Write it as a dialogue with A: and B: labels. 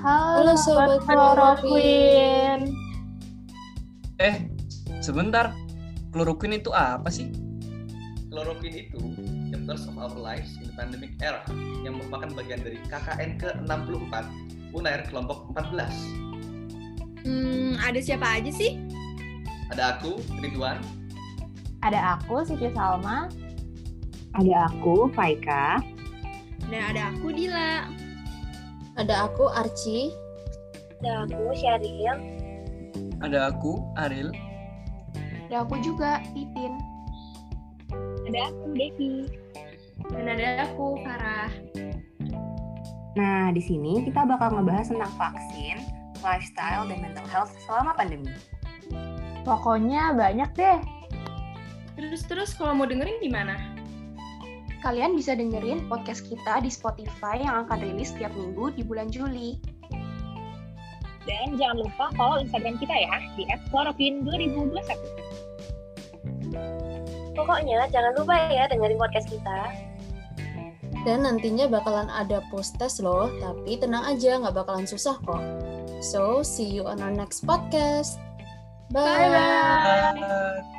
A: Halo, Sobat Kloroquin.
B: Eh, sebentar. Kloroquin itu apa sih?
C: Chloroquine itu Chapters of Our Lives in the Pandemic Era yang merupakan bagian dari KKN ke-64 UNAIR kelompok 14.
D: Hmm, ada siapa aja sih?
C: Ada aku, Ridwan,
A: Ada aku, Siti Salma.
E: Ada aku, Faika.
D: Dan ada aku Dila.
F: Ada aku Archie.
G: Dan aku Syaril.
B: Ada aku, Aril.
A: Ada aku juga, Titin.
G: Ada aku Devi.
D: Dan ada aku Farah.
E: Nah, di sini kita bakal ngebahas tentang vaksin, lifestyle, dan mental health selama pandemi.
A: Pokoknya banyak deh.
D: Terus-terus kalau mau dengerin di mana?
A: Kalian bisa dengerin podcast kita di Spotify yang akan rilis setiap minggu di bulan Juli.
G: Dan jangan lupa follow Instagram kita ya di @chloroquine2021. Pokoknya jangan lupa ya dengerin podcast kita.
F: Dan nantinya bakalan ada post test loh, tapi tenang aja nggak bakalan susah kok. So, see you on our next podcast. Bye.
A: Bye-bye.
B: Bye.